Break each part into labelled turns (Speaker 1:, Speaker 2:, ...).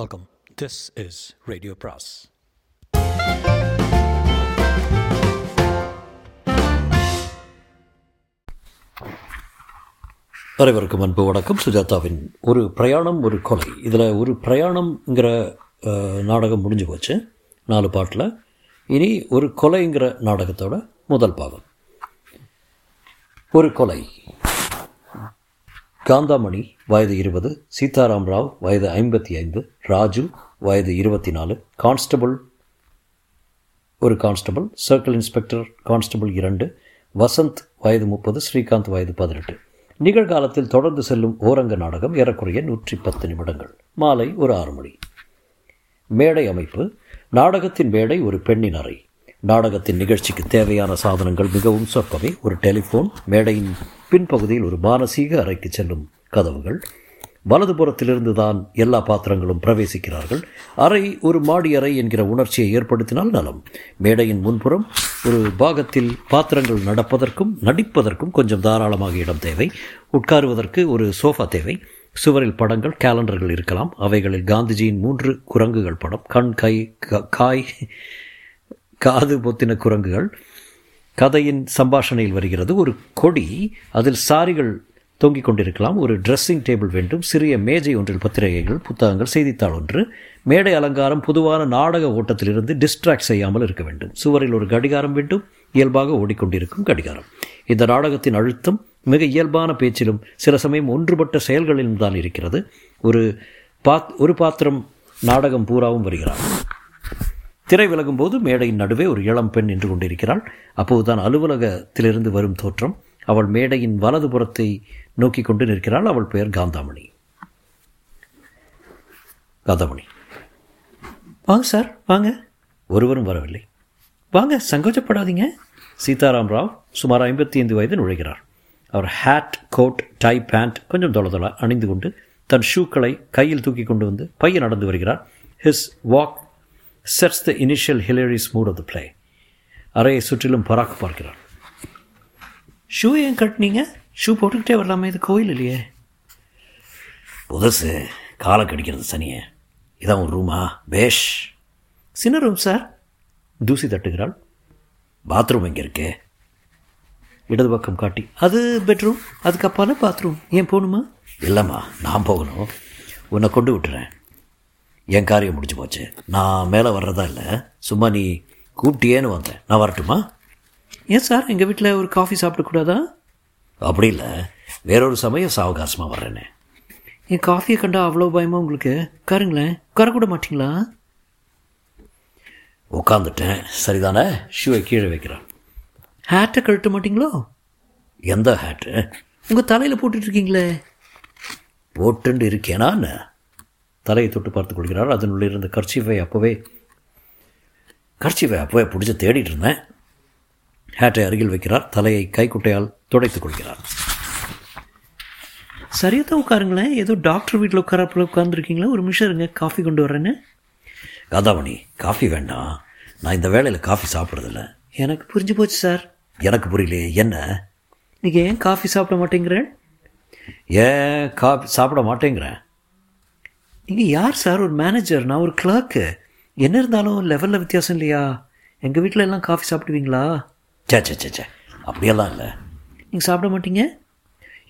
Speaker 1: Welcome this is radio பிராஸ் அனைவருக்கும் அன்பு வணக்கம் சுஜாதாவின் ஒரு பிரயாணம் ஒரு கொலை இதில் ஒரு பிரயாணம்ங்கிற அஹ், நாடகம் முடிஞ்சு போச்சு நாலு பாட்டில் இனி ஒரு கொலைங்கிற நாடகத்தோட முதல் பாகம் ஒரு கொலை காந்தாமணி வயது இருபது சீதாராம் ராவ் வயது ஐம்பத்தி ஐந்து ராஜு வயது இருபத்தி நாலு கான்ஸ்டபுள் ஒரு கான்ஸ்டபிள் சர்க்கிள் இன்ஸ்பெக்டர் கான்ஸ்டபிள் இரண்டு வசந்த் வயது முப்பது ஸ்ரீகாந்த் வயது பதினெட்டு நிகழ்காலத்தில் தொடர்ந்து செல்லும் ஓரங்க நாடகம் ஏறக்குறைய நூற்றி பத்து நிமிடங்கள் மாலை ஒரு ஆறு மணி மேடை அமைப்பு நாடகத்தின் மேடை ஒரு பெண்ணின் அறை நாடகத்தின் நிகழ்ச்சிக்கு தேவையான சாதனங்கள் மிகவும் சொற்பவை ஒரு டெலிஃபோன் மேடையின் பின்பகுதியில் ஒரு மானசீக அறைக்கு செல்லும் கதவுகள் வலதுபுறத்திலிருந்து தான் எல்லா பாத்திரங்களும் பிரவேசிக்கிறார்கள் அறை ஒரு மாடி அறை என்கிற உணர்ச்சியை ஏற்படுத்தினால் நலம் மேடையின் முன்புறம் ஒரு பாகத்தில் பாத்திரங்கள் நடப்பதற்கும் நடிப்பதற்கும் கொஞ்சம் தாராளமாக இடம் தேவை உட்காருவதற்கு ஒரு சோஃபா தேவை சுவரில் படங்கள் கேலண்டர்கள் இருக்கலாம் அவைகளில் காந்திஜியின் மூன்று குரங்குகள் படம் கண் கை க- காய் காது பொத்தின குரங்குகள் கதையின் சம்பாஷணையில் வருகிறது ஒரு கொடி அதில் சாரிகள் தொங்கிக் கொண்டிருக்கலாம் ஒரு ட்ரெஸ்ஸிங் டேபிள் வேண்டும் சிறிய மேஜை ஒன்றில் பத்திரிகைகள் புத்தகங்கள் செய்தித்தாள் ஒன்று மேடை அலங்காரம் பொதுவான நாடக ஓட்டத்திலிருந்து டிஸ்ட்ராக்ட் செய்யாமல் இருக்க வேண்டும் சுவரில் ஒரு கடிகாரம் வேண்டும் இயல்பாக ஓடிக்கொண்டிருக்கும் கடிகாரம் இந்த நாடகத்தின் அழுத்தம் மிக இயல்பான பேச்சிலும் சில சமயம் ஒன்றுபட்ட செயல்களிலும் தான் இருக்கிறது ஒரு பாத் ஒரு பாத்திரம் நாடகம் பூராவும் வருகிறார் திரை விலகும்போது மேடையின் நடுவே ஒரு இளம் பெண் நின்று கொண்டிருக்கிறாள் அப்போதுதான் அலுவலகத்திலிருந்து வரும் தோற்றம் அவள் மேடையின் வலதுபுறத்தை நோக்கி கொண்டு நிற்கிறாள் அவள் பெயர் காந்தாமணி காந்தாமணி வாங்க சார் வாங்க ஒருவரும் வரவில்லை வாங்க சங்கோச்சப்படாதீங்க சீதாராம் ராவ் சுமார் ஐம்பத்தி ஐந்து வயது நுழைகிறார் அவர் ஹேட் கோட் டை பேண்ட் கொஞ்சம் தொலைதொல அணிந்து கொண்டு தன் ஷூக்களை கையில் தூக்கி கொண்டு வந்து பையன் நடந்து வருகிறார் his walk sets the initial hilarious mood of the play அறையை சுற்றிலும் பராக்கு பார்க்கிறார் ஷூ ஏன் கட்டினீங்க ஷூ போட்டுக்கிட்டே வரலாமே இது கோயில் இல்லையே புதுசு காலை கடிக்கிறது சனியே இதான் ஒரு ரூமா பேஷ் சின்ன ரூம் சார் தூசி தட்டுகிறாள் பாத்ரூம் எங்கே இருக்கு இடது பக்கம் காட்டி அது பெட்ரூம் அதுக்கு அப்பால பாத்ரூம் ஏன் போகணுமா இல்லைம்மா நான் போகணும் உன்னை கொண்டு விட்டுறேன் என் காரியம் முடிஞ்சு போச்சு நான் மேலே வர்றதா இல்லை சும்மா நீ கூப்பிட்டியேன்னு வந்தேன் நான் வரட்டுமா ஏன் சார் எங்கள் வீட்டில் ஒரு காஃபி சாப்பிடக்கூடாதா அப்படி இல்லை வேறொரு சமயம் சாவகாசமாக வர்றேனே என் காஃபியை கண்டா அவ்வளோ பயமா உங்களுக்கு உட்காருங்களேன் உட்காரக்கூட மாட்டிங்களா உட்காந்துட்டேன் சரிதானே ஷூவை கீழே வைக்கிறான் ஹேட்டை கழட்ட மாட்டிங்களோ எந்த ஹேட்டு உங்கள் தலையில் போட்டுட்ருக்கீங்களே போட்டுண்டு இருக்கேனா என்ன? தலையை தொட்டு பார்த்து கொள்கிறார் அதனுள்ள இருந்த கர்ச்சீஃபை அப்போவே கர்ச்சீஃபை அப்போவே பிடிச்சி தேடிட்டு இருந்தேன் ஹேட்டை அருகில் வைக்கிறார் தலையை கைக்குட்டையால் துடைத்துக் கொள்கிறார்
Speaker 2: சரியா தான் உட்காருங்களேன் ஏதோ டாக்டர் வீட்டில் உட்காரப்பில் உட்காந்துருக்கீங்களா ஒரு நிமிஷம் இருங்க காஃபி கொண்டு வர்றேன்னு
Speaker 1: கதாமணி காஃபி வேண்டாம் நான் இந்த வேளையில் காஃபி சாப்பிட்றதில்ல
Speaker 2: எனக்கு புரிஞ்சு போச்சு சார்
Speaker 1: எனக்கு புரியலையே என்ன
Speaker 2: நீங்கள் ஏன் காஃபி சாப்பிட மாட்டேங்கிறேன்
Speaker 1: ஏன் காபி சாப்பிட மாட்டேங்கிறேன்
Speaker 2: நீங்கள் யார் சார் ஒரு மேனேஜர் நான் ஒரு கிளர்க்கு என்ன இருந்தாலும் லெவலில் வித்தியாசம் இல்லையா எங்கள் வீட்டில் எல்லாம் காஃபி சாப்பிடுவீங்களா
Speaker 1: சே சே சே சே அப்படியெல்லாம் இல்லை
Speaker 2: நீங்கள் சாப்பிட மாட்டீங்க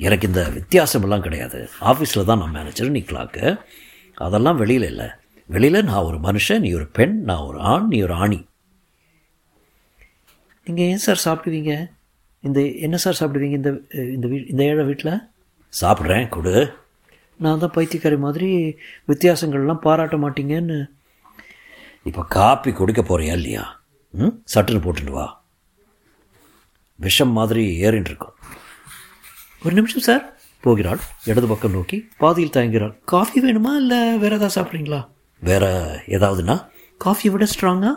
Speaker 1: எனக்கு இந்த வித்தியாசமெல்லாம் கிடையாது ஆஃபீஸில் தான் நான் மேனேஜர் நீ கிளாக்கு அதெல்லாம் வெளியில் இல்லை வெளியில் நான் ஒரு மனுஷன் நீ ஒரு பெண் நான் ஒரு ஆண் நீ ஒரு ஆணி
Speaker 2: நீங்கள் ஏன் சார் சாப்பிடுவீங்க இந்த என்ன சார் சாப்பிடுவீங்க இந்த இந்த வீ இந்த ஏழை வீட்டில்
Speaker 1: சாப்பிட்றேன் கொடு
Speaker 2: நான் தான் பைத்தியக்காரி மாதிரி வித்தியாசங்கள்லாம் பாராட்ட மாட்டீங்கன்னு
Speaker 1: இப்போ காப்பி குடிக்க போறியா இல்லையா ம் சட்டுன்னு போட்டுட்டு வா விஷம் மாதிரி ஏறின்னு இருக்கும்
Speaker 2: ஒரு நிமிஷம் சார்
Speaker 1: போகிறாள் இடது பக்கம் நோக்கி
Speaker 2: பாதியில் தயங்குகிறாள் காஃபி வேணுமா இல்லை வேறு ஏதாவது சாப்பிட்றீங்களா
Speaker 1: வேற ஏதாவதுன்னா
Speaker 2: காஃபியை விட ஸ்ட்ராங்கா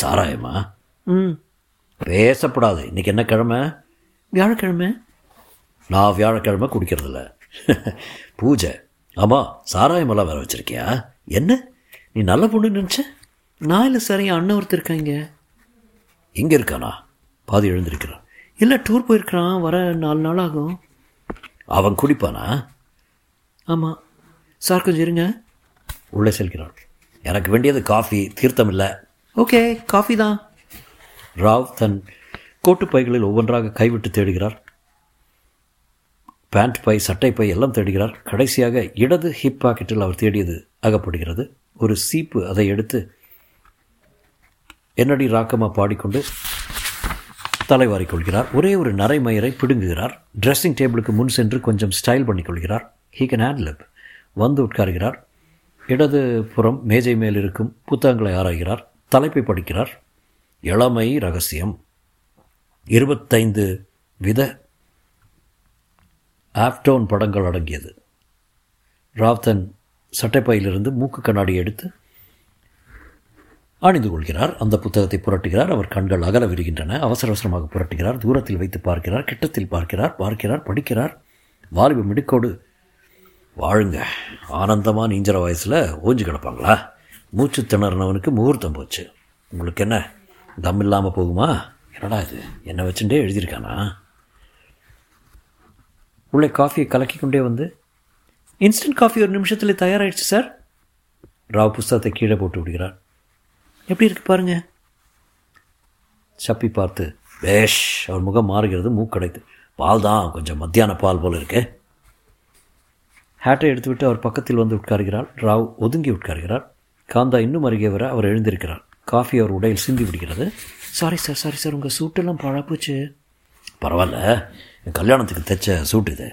Speaker 1: சாராயமா
Speaker 2: ம்
Speaker 1: பேசப்படாது இன்னைக்கு என்ன கிழமை
Speaker 2: வியாழக்கிழமை
Speaker 1: நான் வியாழக்கிழமை குடிக்கிறதில்ல பூஜை ஆமாம் சாராயமெல்லாம் வேற வச்சிருக்கியா என்ன நீ நல்ல பொண்ணுன்னு நினச்ச
Speaker 2: நான் இல்லை சார் என் அண்ணன் ஒருத்தர் இருக்காங்க
Speaker 1: இங்கே இருக்கானா பாதி எழுந்திருக்கிறான்
Speaker 2: இல்லை டூர் போயிருக்கிறான் வர நாலு நாள் ஆகும்
Speaker 1: அவன் குடிப்பானா
Speaker 2: ஆமாம் சார் கொஞ்சம் இருங்க
Speaker 1: உள்ளே செல்கிறாள் எனக்கு வேண்டியது காஃபி தீர்த்தம் இல்லை
Speaker 2: ஓகே காஃபி தான்
Speaker 1: ராவ் தன் கோட்டுப் பைகளில் ஒவ்வொன்றாக கைவிட்டு தேடுகிறார் பேண்ட் பை சட்டை பை எல்லாம் தேடுகிறார் கடைசியாக இடது ஹிப் பாக்கெட்டில் அவர் தேடியது அகப்படுகிறது ஒரு சீப்பு அதை எடுத்து என்னடி ராக்கமா பாடிக்கொண்டு தலைவாரிக் கொள்கிறார் ஒரே ஒரு நரைமயிரை பிடுங்குகிறார் ட்ரெஸ்ஸிங் டேபிளுக்கு முன் சென்று கொஞ்சம் ஸ்டைல் பண்ணிக்கொள்கிறார் ஹீ கேன் ஹேண்ட்லப் வந்து உட்காருகிறார் இடது புறம் மேஜை மேல் இருக்கும் புத்தகங்களை ஆராய்கிறார் தலைப்பை படிக்கிறார் இளமை ரகசியம் இருபத்தைந்து வித ஆப்டோன் படங்கள் அடங்கியது ராவ்தன் சட்டைப்பையிலிருந்து மூக்கு கண்ணாடி எடுத்து அணிந்து கொள்கிறார் அந்த புத்தகத்தை புரட்டுகிறார் அவர் கண்கள் அகல விரிகின்றன அவசர அவசரமாக புரட்டுகிறார் தூரத்தில் வைத்து பார்க்கிறார் கிட்டத்தில் பார்க்கிறார் பார்க்கிறார் படிக்கிறார் வாலிப மிடுக்கோடு வாழுங்க ஆனந்தமாக நீஞ்சர வயசில் ஓஞ்சி கிடப்பாங்களா மூச்சு திணறினவனுக்கு முகூர்த்தம் போச்சு உங்களுக்கு என்ன தம் இல்லாமல் போகுமா என்னடா இது என்னை வச்சுட்டே எழுதியிருக்கானா உள்ளே காஃபியை கலக்கிக் கொண்டே வந்து
Speaker 2: இன்ஸ்டன்ட் காஃபி ஒரு நிமிஷத்தில் தயாராகிடுச்சு சார்
Speaker 1: ராவ் புஸ்தகத்தை கீழே போட்டு விடுகிறார்
Speaker 2: எப்படி இருக்கு பாருங்க
Speaker 1: சப்பி பார்த்து பேஷ் அவர் முகம் மாறுகிறது மூக்கடைத்து பால் தான் கொஞ்சம் மத்தியான பால் போல இருக்கு ஹேட்டை எடுத்துவிட்டு அவர் பக்கத்தில் வந்து உட்காருகிறார் ராவ் ஒதுங்கி உட்காருகிறார் காந்தா இன்னும் அருகே வர அவர் எழுந்திருக்கிறார் காஃபி அவர் உடையில் சிந்தி விடுகிறது
Speaker 2: சாரி சார் சாரி சார் உங்கள் சூட்டெல்லாம் பழா போச்சு
Speaker 1: பரவாயில்ல என் கல்யாணத்துக்கு தைச்ச சூட் இது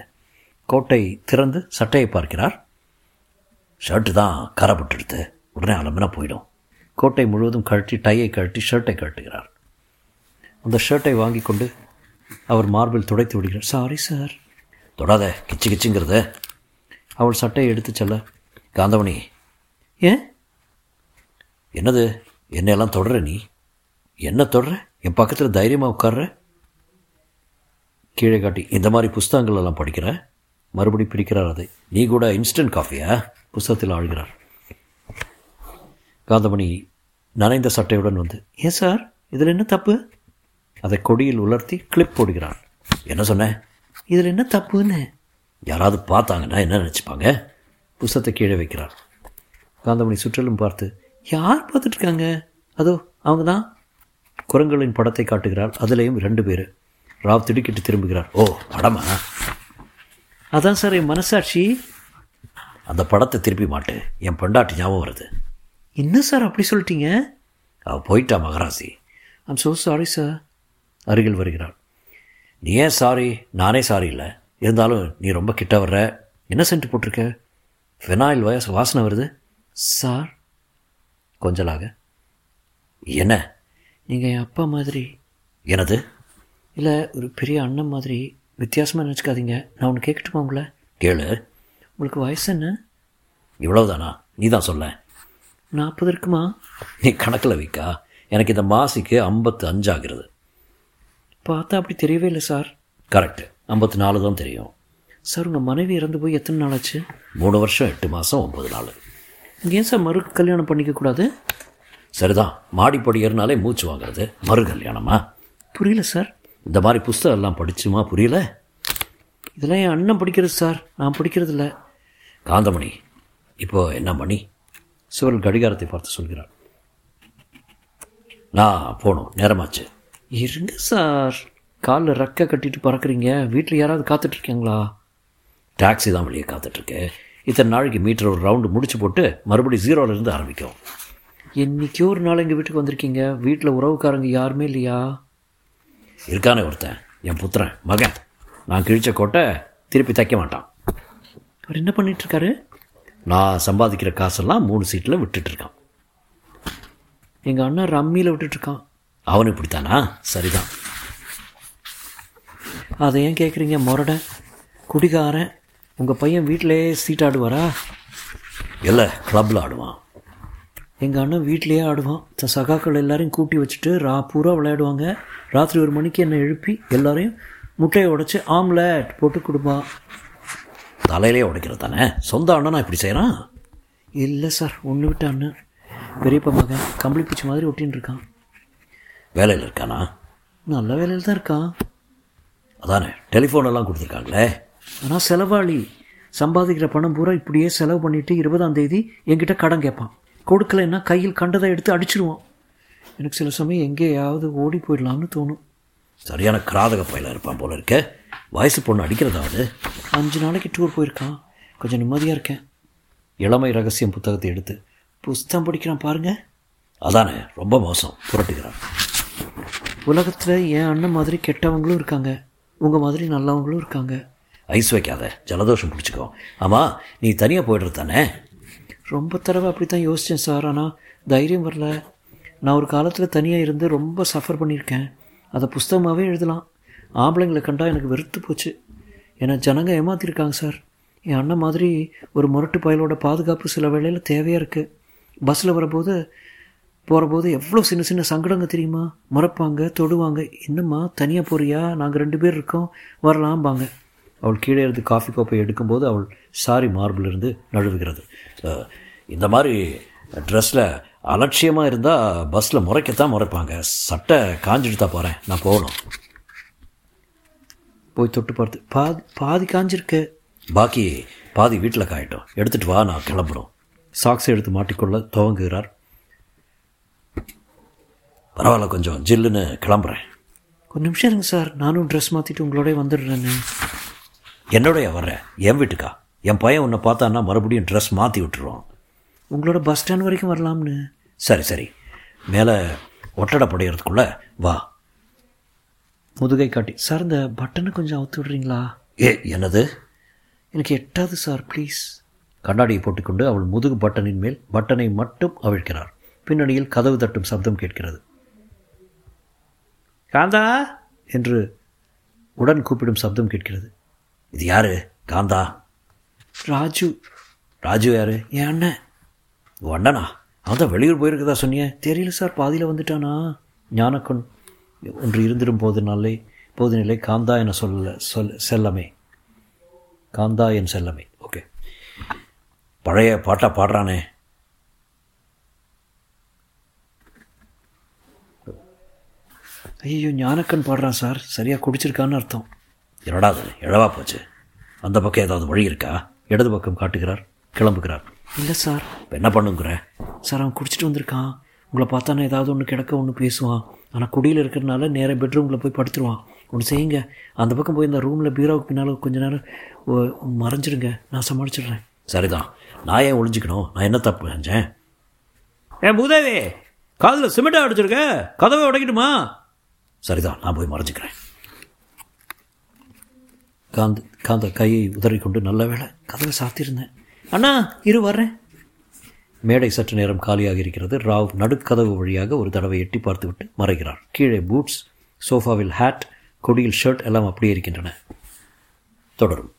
Speaker 1: கோட்டை திறந்து சட்டையை பார்க்கிறார் ஷர்ட்டு தான் கரப்பட்டுடுது உடனே அலம்பினா போயிடும் கோட்டை முழுவதும் கழட்டி டையை கழட்டி ஷர்ட்டை கழட்டுகிறார் அந்த ஷர்ட்டை வாங்கி கொண்டு அவர் மார்பில் துடைத்து விடுகிறார்
Speaker 2: சாரி சார்
Speaker 1: தொடாத கிச்சு கிச்சுங்கிறது அவள் சட்டையை எடுத்துச் செல்ல காந்தமணி
Speaker 2: ஏன்
Speaker 1: என்னது என்னையெல்லாம் தொடர நீ என்ன தொடர என் பக்கத்தில் தைரியமாக உட்கார்ற கீழே காட்டி இந்த மாதிரி புஸ்தகங்கள் எல்லாம் படிக்கிற மறுபடி பிடிக்கிறார் அதை நீ கூட இன்ஸ்டன்ட் காஃபியா புஸ்தகத்தில் ஆழ்கிறார் காந்தமணி நனைந்த சட்டையுடன் வந்து
Speaker 2: ஏன் சார் இதில் என்ன தப்பு
Speaker 1: அதை கொடியில் உலர்த்தி கிளிப் போடுகிறான் என்ன சொன்னேன்
Speaker 2: இதில் என்ன தப்புன்னு
Speaker 1: யாராவது பார்த்தாங்கன்னா என்ன நினச்சிப்பாங்க புஸ்தகத்தை கீழே வைக்கிறார் காந்தமணி சுற்றிலும் பார்த்து
Speaker 2: யார் பார்த்துட்டு இருக்காங்க அதோ அவங்க தான்
Speaker 1: குரங்களின் படத்தை காட்டுகிறார் அதிலேயும் ரெண்டு பேர் ராவ் திடுக்கிட்டு திரும்புகிறார் ஓ படமா
Speaker 2: அதான் சார் என் மனசாட்சி
Speaker 1: அந்த படத்தை திருப்பி மாட்டு என் பெண்டாட்டி ஞாபகம் வருது
Speaker 2: என்ன சார் அப்படி சொல்லிட்டீங்க
Speaker 1: அவள் போயிட்டா மகராசி
Speaker 2: ஐம் ஸோ சாரி சார்
Speaker 1: அருகில் வருகிறாள் நீ ஏன் சாரி நானே சாரி இல்லை இருந்தாலும் நீ ரொம்ப கிட்ட வர்ற என்ன சென்ட் போட்டிருக்க ஃபெனாயில் வயசு வாசனை வருது
Speaker 2: சார்
Speaker 1: கொஞ்சலாக என்ன
Speaker 2: நீங்கள் என் அப்பா மாதிரி
Speaker 1: எனது
Speaker 2: இல்லை ஒரு பெரிய அண்ணன் மாதிரி வித்தியாசமாக நினச்சிக்காதீங்க நான் ஒன்று கேட்கட்டுமா உங்களை
Speaker 1: கேளு
Speaker 2: உங்களுக்கு வயசு என்ன
Speaker 1: இவ்வளவுதானா நீ தான் சொல்ல
Speaker 2: நாற்பது இருக்குமா
Speaker 1: நீ கணக்கில் வைக்கா எனக்கு இந்த மாசிக்கு ஐம்பத்து அஞ்சாகிறது
Speaker 2: பார்த்தா அப்படி தெரியவே இல்லை சார்
Speaker 1: கரெக்ட் ஐம்பத்து நாலு தான் தெரியும்
Speaker 2: சார் உங்கள் மனைவி இறந்து போய் எத்தனை நாள் ஆச்சு
Speaker 1: மூணு வருஷம் எட்டு மாதம் ஒம்பது நாள்
Speaker 2: நீங்க ஏன் சார் மறு கல்யாணம் பண்ணிக்க கூடாது
Speaker 1: சரிதான் மாடிப்படி ஏறினாலே மூச்சு வாங்குறது மறு கல்யாணமா
Speaker 2: புரியல சார்
Speaker 1: இந்த மாதிரி புஸ்தகம் எல்லாம் படிச்சுமா புரியல
Speaker 2: இதெல்லாம் என் அண்ணன் படிக்கிறது சார் நான் படிக்கிறது இல்லை
Speaker 1: காந்தமணி இப்போ என்ன மணி சுவரில் கடிகாரத்தை பார்த்து சொல்கிறார் நான் போகணும் நேரமாச்சு
Speaker 2: இருங்க சார் காலில் ரக்க கட்டிட்டு பறக்குறீங்க வீட்டில் யாராவது காத்துட்டு இருக்காங்களா
Speaker 1: டாக்ஸி தான் வெளியே காத்துட்ருக்கு இத்தனை நாளைக்கு மீட்டர் ஒரு ரவுண்டு முடிச்சு போட்டு மறுபடியும் ஜீரோல இருந்து ஆரம்பிக்கும்
Speaker 2: என்னைக்கோ ஒரு நாள் எங்கள் வீட்டுக்கு வந்திருக்கீங்க வீட்டில் உறவுக்காரங்க யாருமே இல்லையா
Speaker 1: இருக்கானே ஒருத்தன் என் புத்திரன் மகன் நான் கிழிச்ச கோட்டை திருப்பி தைக்க மாட்டான்
Speaker 2: அவர் என்ன பண்ணிட்டு இருக்காரு
Speaker 1: நான் சம்பாதிக்கிற காசெல்லாம் மூணு சீட்டில் விட்டுட்டு இருக்கான்
Speaker 2: எங்கள் அண்ணன் ரம்மியில் விட்டுட்டு இருக்கான்
Speaker 1: அவனு இப்படித்தானா சரிதான்
Speaker 2: அதை ஏன் கேட்குறீங்க முரட குடிகாரன் உங்கள் பையன் வீட்டிலே சீட் ஆடுவாரா
Speaker 1: இல்லை கிளப்பில் ஆடுவான்
Speaker 2: எங்கள் அண்ணன் வீட்லேயே ஆடுவான் தன் சகாக்கள் எல்லாரையும் கூட்டி வச்சுட்டு ரா பூரா விளையாடுவாங்க ராத்திரி ஒரு மணிக்கு என்னை எழுப்பி எல்லாரையும் முட்டையை உடைச்சி ஆம்லெட் போட்டு கொடுப்பான்
Speaker 1: தலையிலே உடைக்கிறது தானே சொந்த அண்ணனா இப்படி செய்கிறான்
Speaker 2: இல்லை சார் ஒன்று விட்ட அண்ணன் பெரியப்பா மகன் கம்பளி பூச்சி மாதிரி ஒட்டின்னு இருக்கான்
Speaker 1: வேலையில் இருக்கானா
Speaker 2: நல்ல வேலையில் தான் இருக்கான்
Speaker 1: அதானே டெலிஃபோன் எல்லாம் கொடுத்துருக்காங்களே
Speaker 2: ஆனால் செலவாளி சம்பாதிக்கிற பணம் பூரா இப்படியே செலவு பண்ணிட்டு இருபதாம் தேதி என்கிட்ட கடன் கேட்பான் கொடுக்கலைன்னா கையில் கண்டதை எடுத்து அடிச்சிருவான் எனக்கு சில சமயம் எங்கேயாவது ஓடி போயிடலாம்னு தோணும்
Speaker 1: சரியான கிராதக பயில இருப்பான் போல இருக்க வயசு பொண்ணு அடிக்கிறதாவது
Speaker 2: அஞ்சு நாளைக்கு டூர் போயிருக்கான் கொஞ்சம் நிம்மதியாக இருக்கேன்
Speaker 1: இளமை ரகசியம் புத்தகத்தை எடுத்து
Speaker 2: புஸ்தகம் படிக்கிறான் பாருங்க
Speaker 1: அதானே ரொம்ப மோசம் புரட்டுகிறான்
Speaker 2: உலகத்தில் என் அண்ணன் மாதிரி கெட்டவங்களும் இருக்காங்க உங்கள் மாதிரி நல்லவங்களும் இருக்காங்க
Speaker 1: ஐஸ் வைக்காத ஜலதோஷம் பிடிச்சிக்கோ ஆமாம் நீ தனியாக போய்டுற தானே
Speaker 2: ரொம்ப தடவை அப்படி தான் யோசித்தேன் சார் ஆனால் தைரியம் வரல நான் ஒரு காலத்தில் தனியாக இருந்து ரொம்ப சஃபர் பண்ணியிருக்கேன் அதை புஸ்தகமாகவே எழுதலாம் ஆம்பளைங்களை கண்டா எனக்கு வெறுத்து போச்சு ஏன்னா ஜனங்க ஏமாத்திருக்காங்க சார் என் அண்ணன் மாதிரி ஒரு முரட்டு பயலோட பாதுகாப்பு சில வேளையில் தேவையாக இருக்குது பஸ்ஸில் வரும்போது போகிறபோது எவ்வளோ சின்ன சின்ன சங்கடங்க தெரியுமா மறப்பாங்க தொடுவாங்க என்னம்மா தனியாக போறியா நாங்கள் ரெண்டு பேர் இருக்கோம் வரலாம்பாங்க
Speaker 1: அவள் கீழே இருந்து காஃபி கோப்பை எடுக்கும்போது அவள் சாரி மார்பிலிருந்து நழுவுகிறது அஹ், இந்த மாதிரி ட்ரெஸ்ஸில் அலட்சியமாக இருந்தால் பஸ்ஸில் முறைக்கத்தான் முறைப்பாங்க சட்டை காஞ்சிட்டு தான் போகிறேன் நான் போகணும்
Speaker 2: போய் தொட்டு பார்த்து பாதி பாதி காஞ்சிருக்கு
Speaker 1: பாக்கி பாதி வீட்டில் காயட்டும் எடுத்துட்டு வா நான் கிளம்பணும் சாக்ஸை எடுத்து மாட்டிக்கொள்ள துவங்குகிறார் பரவாயில்ல கொஞ்சம் ஜில்லுன்னு கிளம்புறேன்
Speaker 2: கொஞ்ச நிமிஷம் இருங்க சார் நானும் ட்ரெஸ் மாற்றிட்டு உங்களோட வந்துடுறேன்னு
Speaker 1: என்னோடய வர்றேன் என் வீட்டுக்கா என் பையன் உன்னை பார்த்தான்னா மறுபடியும் ட்ரெஸ் மாற்றி விட்டுருவான்
Speaker 2: உங்களோட பஸ் ஸ்டாண்ட் வரைக்கும் வரலாம்னு
Speaker 1: சரி சரி மேலே ஒட்டடை படையறதுக்குள்ள வா
Speaker 2: முதுகை காட்டி சார் இந்த பட்டனை கொஞ்சம் அவுத்து விடுறீங்களா
Speaker 1: ஏ என்னது
Speaker 2: எனக்கு எட்டாது சார் ப்ளீஸ்
Speaker 1: கண்ணாடியை போட்டுக்கொண்டு அவள் முதுகு பட்டனின் மேல் பட்டனை மட்டும் அவிழ்க்கிறார் பின்னணியில் கதவு தட்டும் சப்தம் கேட்கிறது
Speaker 2: காந்தா
Speaker 1: என்று உடன் கூப்பிடும் சப்தம் கேட்கிறது இது யாரு காந்தா
Speaker 2: ராஜு
Speaker 1: ராஜு யாரு
Speaker 2: என் அண்ணன்
Speaker 1: உன் அண்ணனா அவன் தான் வெளியூர் போயிருக்கதா சொன்னியே
Speaker 2: தெரியல சார் பாதியில் வந்துட்டானா
Speaker 1: ஞானக்கண் ஒன்று இருந்திடும் போது நாளை போது நிலை காந்தா என சொல்ல சொல் செல்லமே காந்தா என் செல்லமே ஓகே பழைய பாட்டா பாடுறானே
Speaker 2: ஐயோ ஞானக்கன் பாடுறான் சார் சரியாக குடிச்சிருக்கான்னு அர்த்தம்
Speaker 1: என்னடா அது இழவா போச்சு அந்த பக்கம் ஏதாவது வழி இருக்கா இடது பக்கம் காட்டுகிறார் கிளம்புகிறார்
Speaker 2: இல்லை சார்
Speaker 1: இப்போ என்ன பண்ணுங்கிற
Speaker 2: சார் அவன் குடிச்சிட்டு வந்திருக்கான் உங்களை பார்த்தானே ஏதாவது ஒன்று கிடக்க ஒன்று பேசுவான் ஆனால் குடியில் இருக்கிறனால நேராக பெட்ரூமில் போய் படுத்துருவான் ஒன்று செய்யுங்க அந்த பக்கம் போய் இந்த ரூமில் பீரோவுக்கு பின்னால் கொஞ்ச நேரம் ஒ- மறைஞ்சிடுங்க நான் சமாளிச்சிடுறேன்
Speaker 1: சரிதான் நான் ஏன் ஒளிஞ்சிக்கணும் நான் என்ன தப்பு செஞ்சேன்
Speaker 2: ஏ பூதேவி காதில் சிமெண்ட்டாக அடிச்சிருக்க கதவை உடைக்கட்டுமா
Speaker 1: சரிதான் நான் போய் மறைஞ்சுக்கிறேன் காந்த காந்த கையை உதறிக்கொண்டு நல்ல வேளை
Speaker 2: கதவை சாத்திருந்தேன் அண்ணா இரு வர்றேன்
Speaker 1: மேடை சற்று நேரம் காலியாக இருக்கிறது ராவ் நடுக்கதவு வழியாக ஒரு தடவை எட்டி பார்த்துவிட்டு மறைகிறார் கீழே பூட்ஸ் சோஃபாவில் ஹேட் கொடியில் ஷர்ட் எல்லாம் அப்படியே இருக்கின்றன தொடரும்